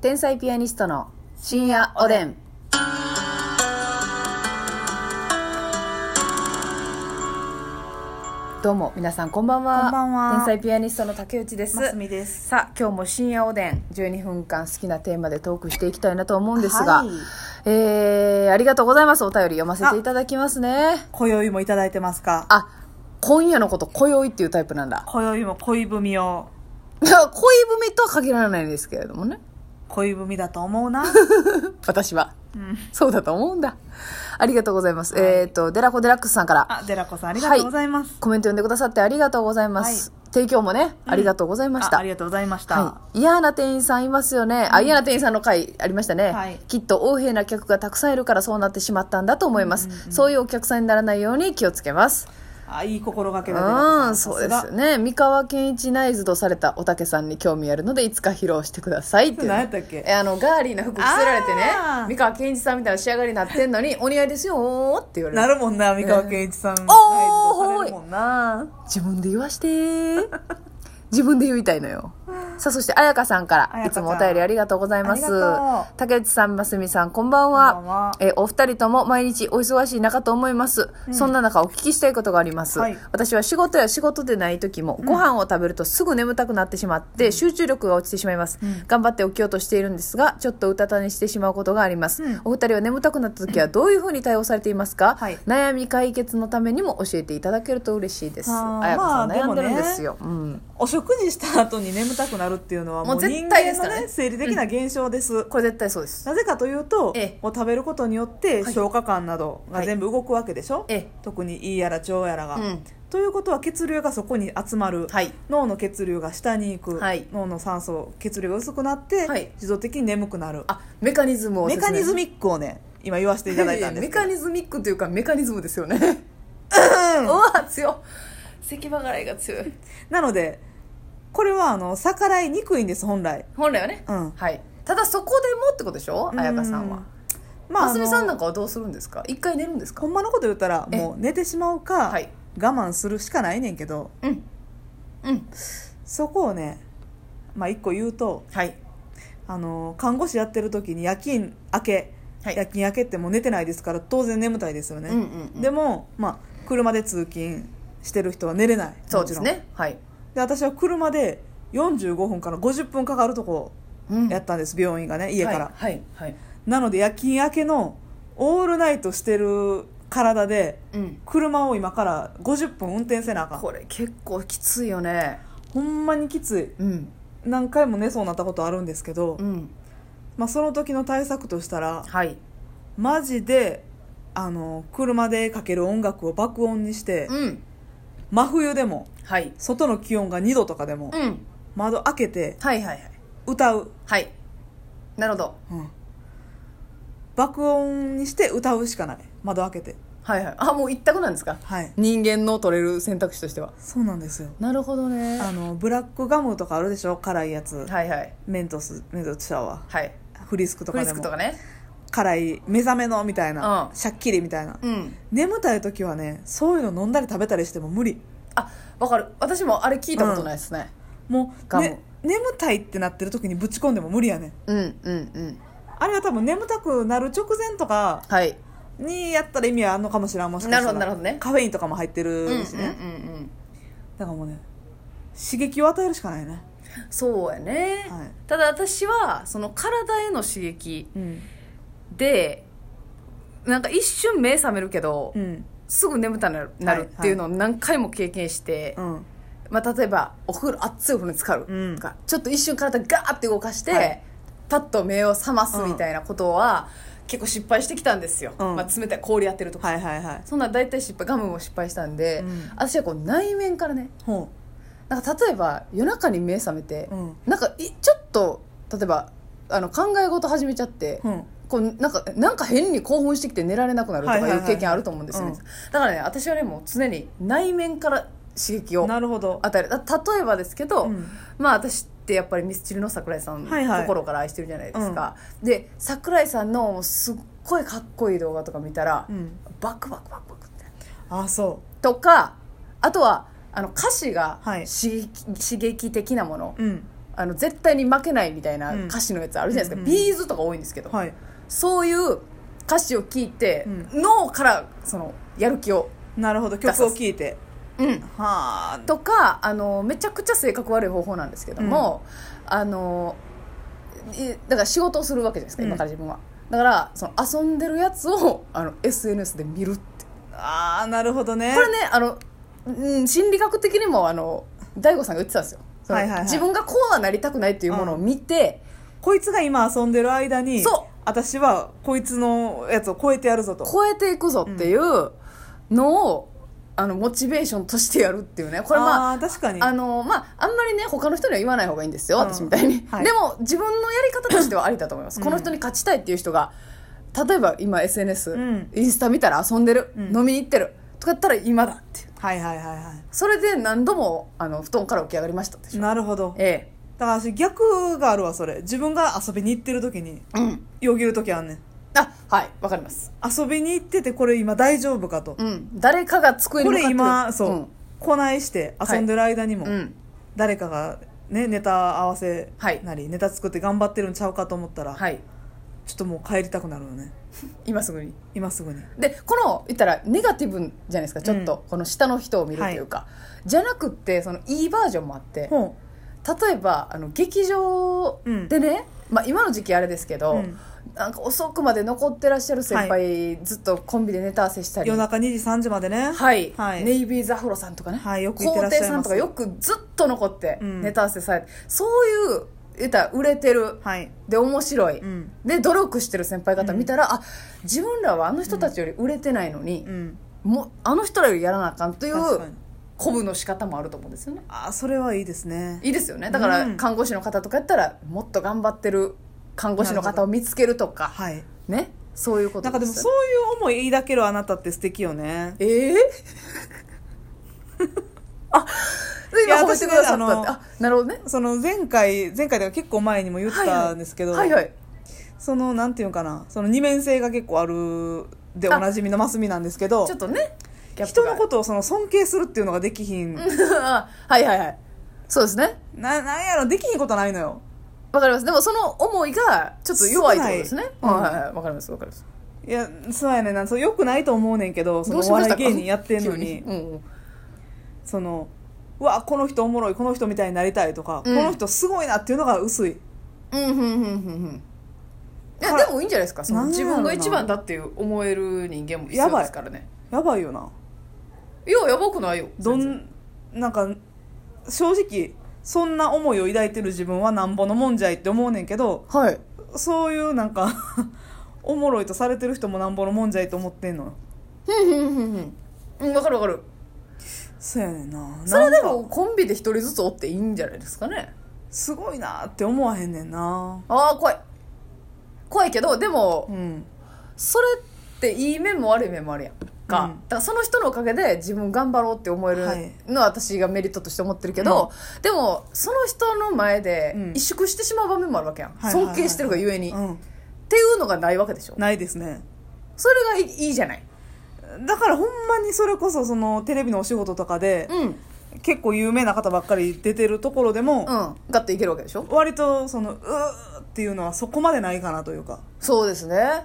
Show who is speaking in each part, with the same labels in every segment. Speaker 1: 天才ピアニストの深夜おでん。どうも皆さんこんばんは。
Speaker 2: こんばんは
Speaker 1: 天才ピアニストの竹内です。
Speaker 2: ますみです
Speaker 1: さあ今日も深夜おでん12分間好きなテーマでトークしていきたいなと思うんですが、
Speaker 2: はい
Speaker 1: えー、ありがとうございますお便り読ませていただきますね。
Speaker 2: 今宵もいただいてますか
Speaker 1: あ、今夜のこと今宵っていうタイプなんだ。
Speaker 2: 今宵も恋文を
Speaker 1: いや恋文とは限らないですけれどもね。
Speaker 2: 恋文だと思 うな
Speaker 1: 私は。
Speaker 2: うん
Speaker 1: そうだと思うんだ。ありがとうございます。
Speaker 2: はい
Speaker 1: えっ、と、デラコデラックスさんから
Speaker 2: あデラコさんありがとうございます、
Speaker 1: コメント読んでくださってありがとうございます。提供もね、ありがとうございまし
Speaker 2: あ
Speaker 1: た。
Speaker 2: ありがとうございました、
Speaker 1: はい、嫌な店員さんいますよね、あ嫌な店員さんの回ありましたね、
Speaker 2: はい
Speaker 1: きっと横柄な客がたくさんいるからそうなってしまったんだと思います、そういうお客さんにならないように気をつけます
Speaker 2: あいい心がけだデラコさ
Speaker 1: うんんそうです
Speaker 2: さ
Speaker 1: よね三河健一ナイズとされたおたけさんに興味あるのでいつか披露してくださいっていう
Speaker 2: 何やったっけ
Speaker 1: えあのガーリーな服着せられてね
Speaker 2: あー
Speaker 1: 三河健一さんみたいな仕上がりになってんのに「お似合いですよ」って言われ
Speaker 2: すがな
Speaker 1: る
Speaker 2: るもんな三河健一さん、
Speaker 1: おー
Speaker 2: ナイツとされるもんな
Speaker 1: 自分で言わしてー自分で言いたいのよさあそして彩香さんか
Speaker 2: 彩
Speaker 1: らい
Speaker 2: 香ち
Speaker 1: つ
Speaker 2: ゃん
Speaker 1: もお便りありがとうございます
Speaker 2: ありがと
Speaker 1: 竹内さんますみさんこんばんは
Speaker 2: こんばんは
Speaker 1: えーお二人とも毎日お忙しい中と思います、そんな中お聞きしたいことがあります、
Speaker 2: はい
Speaker 1: 私は仕事や仕事でない時もご飯を食べるとすぐ眠たくなってしまって、集中力が落ちてしまいます、頑張って起きようとしているんですがちょっとうたた寝してしまうことがあります、
Speaker 2: うん
Speaker 1: お二人は眠たくなった時はどういうふうに対応されていますか、
Speaker 2: はい
Speaker 1: 悩み解決のためにも教えていただけると嬉しいですです
Speaker 2: あー
Speaker 1: 彩香さん
Speaker 2: まあで
Speaker 1: 悩ん
Speaker 2: もね
Speaker 1: でるんですよ、うん、
Speaker 2: お食事した後に眠たくなるっていうのはも
Speaker 1: も
Speaker 2: う
Speaker 1: う
Speaker 2: 人
Speaker 1: 絶対で
Speaker 2: 間
Speaker 1: す
Speaker 2: の
Speaker 1: からね
Speaker 2: ね生理的な現象です、
Speaker 1: これ絶対そうです
Speaker 2: なぜかというと、
Speaker 1: ええ
Speaker 2: もう食べることによって消化管などが全部動くわけでしょ、
Speaker 1: ええ
Speaker 2: 特に胃やら腸やらが、
Speaker 1: うん
Speaker 2: ということは血流がそこに集まる、
Speaker 1: はい
Speaker 2: 脳の血流が下に行く、
Speaker 1: はい
Speaker 2: 脳の酸素血流が薄くなって、
Speaker 1: はい
Speaker 2: 自動的に眠くなる
Speaker 1: あメカニズムを
Speaker 2: メカニズ
Speaker 1: ミッ
Speaker 2: ミックをね今言わせていただいたんです
Speaker 1: メ
Speaker 2: けど
Speaker 1: カニズミックというかメカニズムですよ ねうわ強い咳払いが強い
Speaker 2: なのでこれはあの逆らいにくいんです本来
Speaker 1: 本来はね、
Speaker 2: うん
Speaker 1: はいただそこでもってことでしょ彩香さん
Speaker 2: う
Speaker 1: は
Speaker 2: まあ
Speaker 1: ますみさん
Speaker 2: の
Speaker 1: なんかはどうするんですか一回寝るんですか
Speaker 2: ほんまのこと言ったら
Speaker 1: え
Speaker 2: もう寝てしまうか、
Speaker 1: はい
Speaker 2: 我慢するしかないねんけど
Speaker 1: うんうん
Speaker 2: そこをねまあ一個言うと
Speaker 1: はい
Speaker 2: あの看護師やってる時に夜勤明け、
Speaker 1: はい
Speaker 2: 夜勤明けってもう寝てないですから当然眠たいですよね、
Speaker 1: うんうんうん
Speaker 2: でも、まあ、車で通勤してる人は寝れない
Speaker 1: そうです
Speaker 2: もち
Speaker 1: ねはい、
Speaker 2: ろんで私は車で45分から50分かかるとこ
Speaker 1: うん
Speaker 2: やったんです、病院がね家から、
Speaker 1: はいはい、はい
Speaker 2: なので夜勤明けのオールナイトしてる体で
Speaker 1: うん、
Speaker 2: 車を今から50分運転せなあかん
Speaker 1: これ結構きついよね
Speaker 2: ほんまにきつ
Speaker 1: うん
Speaker 2: い何回も寝そうになったことあるんですけど、
Speaker 1: うん
Speaker 2: まあ、その時の対策としたら
Speaker 1: はい
Speaker 2: マジであの車でかける音楽を爆音にして
Speaker 1: うん
Speaker 2: 真冬でも
Speaker 1: はい
Speaker 2: 外の気温が2度とかでも
Speaker 1: うん
Speaker 2: 窓開けて
Speaker 1: はいはいはい
Speaker 2: 歌う、
Speaker 1: はいなるほど
Speaker 2: うん爆音にして歌うしかない窓開けて
Speaker 1: はいはいあもう一択なんですか
Speaker 2: はい
Speaker 1: 人間の取れる選択肢としては
Speaker 2: そうなんですよ
Speaker 1: なるほどね
Speaker 2: あのブラックガムとかあるでしょ辛いやつ、
Speaker 1: はいはい
Speaker 2: メントスメントスシャワ
Speaker 1: はい
Speaker 2: ーフリスクと
Speaker 1: フ
Speaker 2: か
Speaker 1: リ
Speaker 2: で
Speaker 1: スク
Speaker 2: も
Speaker 1: とかね
Speaker 2: 辛い目覚めのみたいな、
Speaker 1: うん
Speaker 2: シャッキリみたいな
Speaker 1: うん
Speaker 2: 眠たい時はねそういうの飲んだり食べたりしても無理
Speaker 1: あわかる私もあれ聞いたことないですね、
Speaker 2: も
Speaker 1: ガ
Speaker 2: う、
Speaker 1: ム
Speaker 2: ね、眠たいってなってる時にぶち込んでも無理やねん
Speaker 1: うん、うんうん
Speaker 2: あれは多分眠たくなる直前とか
Speaker 1: はい
Speaker 2: にやったら意味はあんのかもしれんもしかし
Speaker 1: なる
Speaker 2: たら
Speaker 1: ほどなるほどね
Speaker 2: カフェインとかも入って
Speaker 1: う
Speaker 2: る
Speaker 1: んうんうん
Speaker 2: しね、
Speaker 1: うん
Speaker 2: だからもうね刺激を与えるしかないね
Speaker 1: そうやね、
Speaker 2: はい
Speaker 1: ただ私はその体への刺激
Speaker 2: うん
Speaker 1: でなんか一瞬目覚めるけど、
Speaker 2: うん
Speaker 1: すぐ眠たくなるなるっていうのを何回も経験して、
Speaker 2: うん
Speaker 1: まあ、例えばお風呂熱いお風呂に浸かる
Speaker 2: うん
Speaker 1: とか、ちょっと一瞬体ガーって動かして、
Speaker 2: はい
Speaker 1: パッと目を覚ますみたいなことは、結構失敗してきたんですよ、
Speaker 2: うん
Speaker 1: まあ、冷たい氷やってるとか、
Speaker 2: はいはいはい
Speaker 1: そんな大体失敗ガムも失敗したんで、
Speaker 2: うん
Speaker 1: 私はこう内面からね
Speaker 2: ほ
Speaker 1: なんか例えば夜中に目覚めて、
Speaker 2: うん
Speaker 1: なんかいちょっと例えばあの考え事始めちゃって、
Speaker 2: ううん
Speaker 1: こうなんかなんか変に興奮してきて寝られなくなるとか
Speaker 2: はいはい
Speaker 1: い
Speaker 2: は
Speaker 1: う
Speaker 2: い
Speaker 1: 経験あると思うんですよね、
Speaker 2: うん
Speaker 1: だからね私はねもう常に内面から刺激を
Speaker 2: なるほど
Speaker 1: 与えるた例えばですけど、
Speaker 2: うん
Speaker 1: まあ私ってやっぱりミスチルの桜井さん
Speaker 2: はいはい
Speaker 1: 心から愛してるじゃないですか、で桜井さんのすっごいかっこいい動画とか見たら、
Speaker 2: うん
Speaker 1: バクバクバクバクって
Speaker 2: あそ
Speaker 1: とかあとはあの歌詞が
Speaker 2: はい
Speaker 1: 刺激,、刺激的なもの
Speaker 2: ううん
Speaker 1: あの絶対に負けないみたいな
Speaker 2: うん
Speaker 1: 歌詞のやつあるじゃないですか、
Speaker 2: うんうん
Speaker 1: ビーズとか多いんですけど、
Speaker 2: はい
Speaker 1: そういう歌詞を聞いて、
Speaker 2: う
Speaker 1: 脳からそのやる気を、
Speaker 2: なるほど
Speaker 1: 出さす
Speaker 2: 曲を聴いて
Speaker 1: うん、
Speaker 2: はあ
Speaker 1: とかあのめちゃくちゃ性格悪い方法なんですけども、あのいだから仕事をするわけじゃないですか、
Speaker 2: うん
Speaker 1: 今から自分はだからその遊んでるやつをあの SNS で見るって
Speaker 2: あーなるほどね
Speaker 1: これねあの、うん、心理学的にもあの大悟さんが言ってたんですよその
Speaker 2: はいはいはい
Speaker 1: 自分がこうはなりたくないっていうものを見て、
Speaker 2: こいつが今遊んでる間に
Speaker 1: そう
Speaker 2: 私はこいつのやつを超えてやるぞと
Speaker 1: 超えていくぞっていうのを、あのモチベーションとしてやるっていうねこれまあ
Speaker 2: あー確かに
Speaker 1: あのまああんまりね他の人には言わない方がいいんですよ、
Speaker 2: うん
Speaker 1: 私みたいに、
Speaker 2: はい
Speaker 1: でも自分のやり方としてはありだと思います、
Speaker 2: うん
Speaker 1: この人に勝ちたいっていう人が例えば今 SNS、
Speaker 2: うん
Speaker 1: インスタ見たら遊んでる、
Speaker 2: うん
Speaker 1: 飲みに行ってるとかやったら今だっていう
Speaker 2: はいはいはいは
Speaker 1: それで何度もあの布団から起き上がりましたでし
Speaker 2: い
Speaker 1: ょ
Speaker 2: なるほど
Speaker 1: え
Speaker 2: だから私逆があるわそれ自分が遊びに行ってる時に
Speaker 1: えうん
Speaker 2: よぎる時あんねん
Speaker 1: あはいわかります
Speaker 2: 遊びに行っててこれ今大丈夫かと、
Speaker 1: うん誰かが机に
Speaker 2: こ
Speaker 1: 向かっ
Speaker 2: れ
Speaker 1: てる
Speaker 2: 今そう、こないして遊んでる間にも、
Speaker 1: うん、うん、
Speaker 2: 誰かがねネタ合わせ
Speaker 1: はい
Speaker 2: なり、ネタ作って頑張ってるんちゃうかと思ったら、
Speaker 1: はい
Speaker 2: ちょっともう帰りたくなるよね
Speaker 1: 今すぐに
Speaker 2: 今すぐに
Speaker 1: でこの言ったらネガティブじゃないですかちょっと、この下の人を見るというか、じゃなくってそのいいバージョンもあって
Speaker 2: ほ
Speaker 1: 例えばあの劇場でね、まあ、今の時期あれですけど、
Speaker 2: うん
Speaker 1: なんか遅くまで残ってらっしゃる先輩、ずっとコンビでネタ合わせした
Speaker 2: う
Speaker 1: り
Speaker 2: 夜中2時3時までね
Speaker 1: はい、
Speaker 2: はい
Speaker 1: ネイビーズアフロさんとかね、
Speaker 2: はいよく行って
Speaker 1: 皇
Speaker 2: らっしゃい
Speaker 1: 帝
Speaker 2: ます
Speaker 1: さんとかよくずっと残って
Speaker 2: うん
Speaker 1: ネタ合わせされて、そういう言ったら売れてる
Speaker 2: はい
Speaker 1: で面白い、
Speaker 2: うん
Speaker 1: で努力してる先輩方見たら、あ自分らはあの人たちより売れてないのに
Speaker 2: う、ん
Speaker 1: もうあの人らよりやらなあかんという
Speaker 2: 確かに
Speaker 1: 鼓舞の仕方もあると思うんですよね
Speaker 2: あーそれはいいですね
Speaker 1: いいですよねだから
Speaker 2: うん
Speaker 1: 看護師の方とかやったらもっと頑張ってる看護師の方を見つけるとか
Speaker 2: はい
Speaker 1: ねそういうこと
Speaker 2: なんかでもそう
Speaker 1: う
Speaker 2: いう思い抱けるあなたって素敵よね
Speaker 1: ええあで今
Speaker 2: いや
Speaker 1: 褒めてくださっ
Speaker 2: 私ね
Speaker 1: たって
Speaker 2: あ
Speaker 1: あなるほどね
Speaker 2: その前回前回では結構前にも言っ
Speaker 1: はいはい
Speaker 2: たんですけど、
Speaker 1: はいはい
Speaker 2: そのなんていうのかなその二面性が結構あるで
Speaker 1: あ
Speaker 2: おなじみのマスミなんですけど
Speaker 1: ちょっとね
Speaker 2: 人のこととをその尊敬するっていうのができひん、
Speaker 1: はいはいはいそうですね
Speaker 2: ななんやろできひんことないのよ
Speaker 1: わかりますでもその思いがちょっと弱いってことですね
Speaker 2: 少ない
Speaker 1: はいはいはいわかりますわかります
Speaker 2: いやそうやねんなそうよくないと思うねんけどそ
Speaker 1: ど
Speaker 2: の
Speaker 1: う
Speaker 2: お
Speaker 1: しまし
Speaker 2: 笑
Speaker 1: た
Speaker 2: い
Speaker 1: か
Speaker 2: 芸人やってんのに
Speaker 1: 急うんうん
Speaker 2: そのうわこの人おもろいこの人みたいになりたいとか、
Speaker 1: うん
Speaker 2: この人すごいなっていうのが薄い
Speaker 1: うんうんうんうんうんいや
Speaker 2: から
Speaker 1: でもいいんじゃないですかその
Speaker 2: なんや
Speaker 1: 自
Speaker 2: ろな
Speaker 1: 分が一番だっていう思える人間も必要ですからね
Speaker 2: やばいよない
Speaker 1: ややばくないよ
Speaker 2: ど
Speaker 1: 全然
Speaker 2: んなんか正直そんな思いを抱いてる自分はなんぼのもんじゃいって思うねんけど
Speaker 1: はい
Speaker 2: そういうなんか おもろいとされてる人もなんぼのもんじゃいと思ってんの
Speaker 1: ふんふんふんふんうんわかるわかる
Speaker 2: そうやねんな
Speaker 1: それで
Speaker 2: なん
Speaker 1: も
Speaker 2: か
Speaker 1: コンビで一人ずつおっていいんじゃないですかね
Speaker 2: すごいなって思わへんねんな
Speaker 1: ああ怖い怖いけどで
Speaker 2: う
Speaker 1: も
Speaker 2: ん
Speaker 1: それっていい面も悪い面もあるやんか、
Speaker 2: う
Speaker 1: だ
Speaker 2: ん
Speaker 1: からその人のおかげで自分頑張ろうって思え
Speaker 2: はい
Speaker 1: るのは私がメリットとして思ってるけど、でもその人の前で
Speaker 2: うん
Speaker 1: 萎縮してしまう場面もあるわけやん、
Speaker 2: はいはいはい
Speaker 1: 尊敬してるがゆえに、
Speaker 2: うん
Speaker 1: っていうのがないわけでしょ
Speaker 2: ないですね
Speaker 1: それがいいいいじゃない
Speaker 2: だからほんまにそれこそそのテレビのお仕事とかで
Speaker 1: うんうん
Speaker 2: 結構有名な方ばっかり出てるところでも
Speaker 1: ガッといけるわけでしょ
Speaker 2: 割とそのうーっていうのはそこまでないかなというか
Speaker 1: そうですね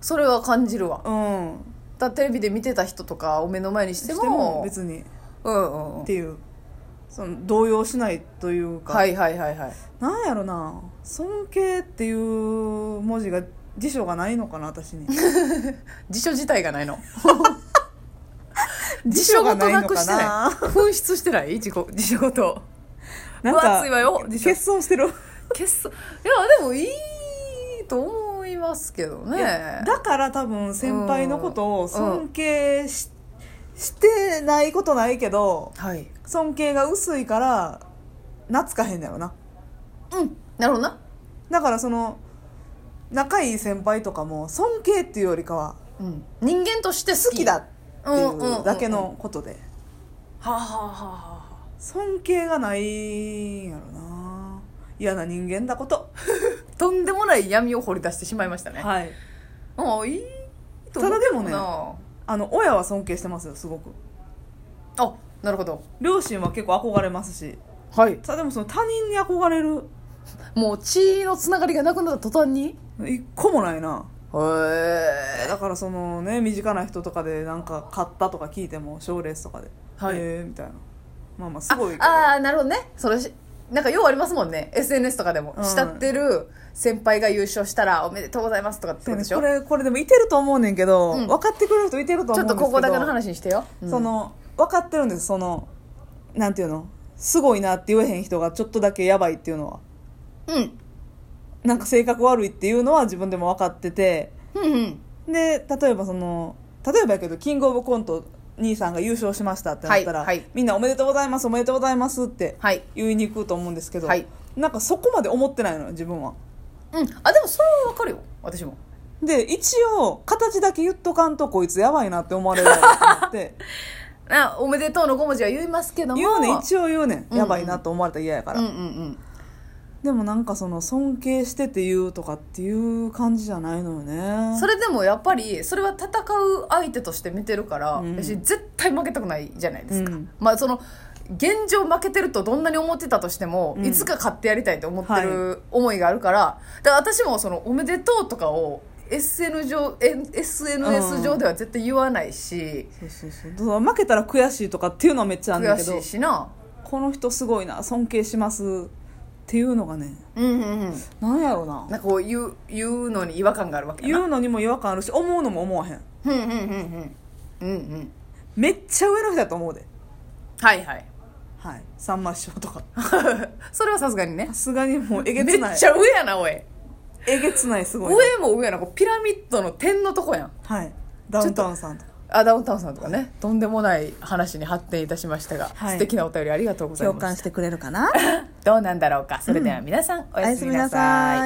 Speaker 1: それは感じるわ
Speaker 2: うん
Speaker 1: だテレビで見てた人とかを目の前にしても
Speaker 2: しても別に
Speaker 1: うんうんうん
Speaker 2: っていうその動揺しないというか、
Speaker 1: はいはいはいはい
Speaker 2: なんやろな尊敬っていう文字が辞書がないのかな私 に
Speaker 1: 辞書自体が ないの辞書ごとなくしてない
Speaker 2: な
Speaker 1: 紛失してない自己辞書ごと
Speaker 2: なん
Speaker 1: 分
Speaker 2: か
Speaker 1: 厚いわよ辞書
Speaker 2: 欠損してる、
Speaker 1: 欠損いやでもいいと思いますけどね
Speaker 2: だから多分先輩のこと
Speaker 1: うん
Speaker 2: を尊敬し,、してないことないけど
Speaker 1: はい
Speaker 2: 尊敬が薄いから懐かへんだよな
Speaker 1: うんなるほどな
Speaker 2: だからその仲いい先輩とかも尊敬っていうよりかは
Speaker 1: うん人間として好き
Speaker 2: 好きだって
Speaker 1: うん
Speaker 2: いううんだけのことで
Speaker 1: はあ、はあはあはあ
Speaker 2: 尊敬がないんやろな嫌な人間だこと
Speaker 1: とんでもない闇を掘り出してしまいましたね。
Speaker 2: はい
Speaker 1: もういいと思う
Speaker 2: ただでもね
Speaker 1: けどな
Speaker 2: あの親は尊敬してますよすごく
Speaker 1: あ、なるほど。
Speaker 2: 両親は結構憧れますし
Speaker 1: はい
Speaker 2: さでもその他人に憧れる
Speaker 1: もう血のつながりがなくなった途端に
Speaker 2: 一個もないな
Speaker 1: へえ
Speaker 2: だからそのね身近な人とかでなんか買ったとか聞いても賞レースとかで「
Speaker 1: はい
Speaker 2: へえ」みたいなまあまあすごいけど
Speaker 1: ああーなるほどねそれしなんかようありますもんね SNS とかでも、
Speaker 2: うん
Speaker 1: 慕ってる先輩が優勝したらおめでとうございますとかってことでしょ
Speaker 2: これこれでもいてると思うねんけど、
Speaker 1: うん
Speaker 2: 分かってくれる人いてると
Speaker 1: ちょっ
Speaker 2: 思うんです
Speaker 1: と
Speaker 2: けど
Speaker 1: ここだけの話にしてよ、うん
Speaker 2: その分かってるんですそのなんていうのすごいなって言えへん人がちょっとだけやばいっていうのは
Speaker 1: うん
Speaker 2: なんか性格悪いっていうのは自分でも分かってて
Speaker 1: うんうん
Speaker 2: で例えばその例えばやけどキングオブコント兄さんが優勝しましたってなったら、
Speaker 1: はいはい
Speaker 2: みんなおめでとうございますおめでとうございますって
Speaker 1: はい
Speaker 2: 言いに行くと思うんですけど、
Speaker 1: はい
Speaker 2: なんかそこまで思ってないのよ自分は
Speaker 1: うんあでもそれはわかるよ私も
Speaker 2: で一応形だけ言っとかんとこいつやばいなって思われるだろうと思って
Speaker 1: あおめでとうの5文字は言いますけども
Speaker 2: 言うねん一応言うね
Speaker 1: うん
Speaker 2: んやばいなと思われたら嫌やから、
Speaker 1: うんうんうん
Speaker 2: でもなんかその尊敬してて言うとかっていう感じじゃないのよね
Speaker 1: それでもやっぱりそれは戦う相手として見てるから、
Speaker 2: うん
Speaker 1: 私絶対負けたくないじゃないですか、
Speaker 2: うん
Speaker 1: まあその現状負けてるとどんなに思ってたとしても、
Speaker 2: うん
Speaker 1: いつか勝ってやりたいと思って
Speaker 2: は
Speaker 1: る思いがあるから,、だから私もその「おめでとう」とかを SN 上 N SNS 上では絶対言わないし、
Speaker 2: そうそうそうだから負けたら悔しいとかっていうのはめっちゃあるん
Speaker 1: 悔
Speaker 2: だけど
Speaker 1: しいしな
Speaker 2: この人すごいな尊敬しますっていうのがね
Speaker 1: うんうんうん
Speaker 2: なんやろうな
Speaker 1: なんかこう言う言うのに違和感があるわけや
Speaker 2: 言
Speaker 1: な
Speaker 2: うのにも違和感あるし思うのも思わへん
Speaker 1: うんうんうんうんうんうん
Speaker 2: めっちゃ上の人だと思うで
Speaker 1: はいはい
Speaker 2: はいさんま師匠とか
Speaker 1: それはさすがにね
Speaker 2: さすがにもうえ
Speaker 1: め
Speaker 2: げ
Speaker 1: っ
Speaker 2: つない
Speaker 1: ちゃ上やなおい
Speaker 2: えげつないすごいな
Speaker 1: 上も上やなこうピラミッドの点のとこやん
Speaker 2: はいダウンタウンさんとか
Speaker 1: あダウンタウンさんとかねとんでもない話に発展いたしましたが、
Speaker 2: はい
Speaker 1: 素敵なお便りありがとうございます
Speaker 2: してくれるかな
Speaker 1: どうなんだろうかそれでは皆さん、お
Speaker 2: お
Speaker 1: や
Speaker 2: や
Speaker 1: す
Speaker 2: す
Speaker 1: み
Speaker 2: み
Speaker 1: な
Speaker 2: な
Speaker 1: さい
Speaker 2: さい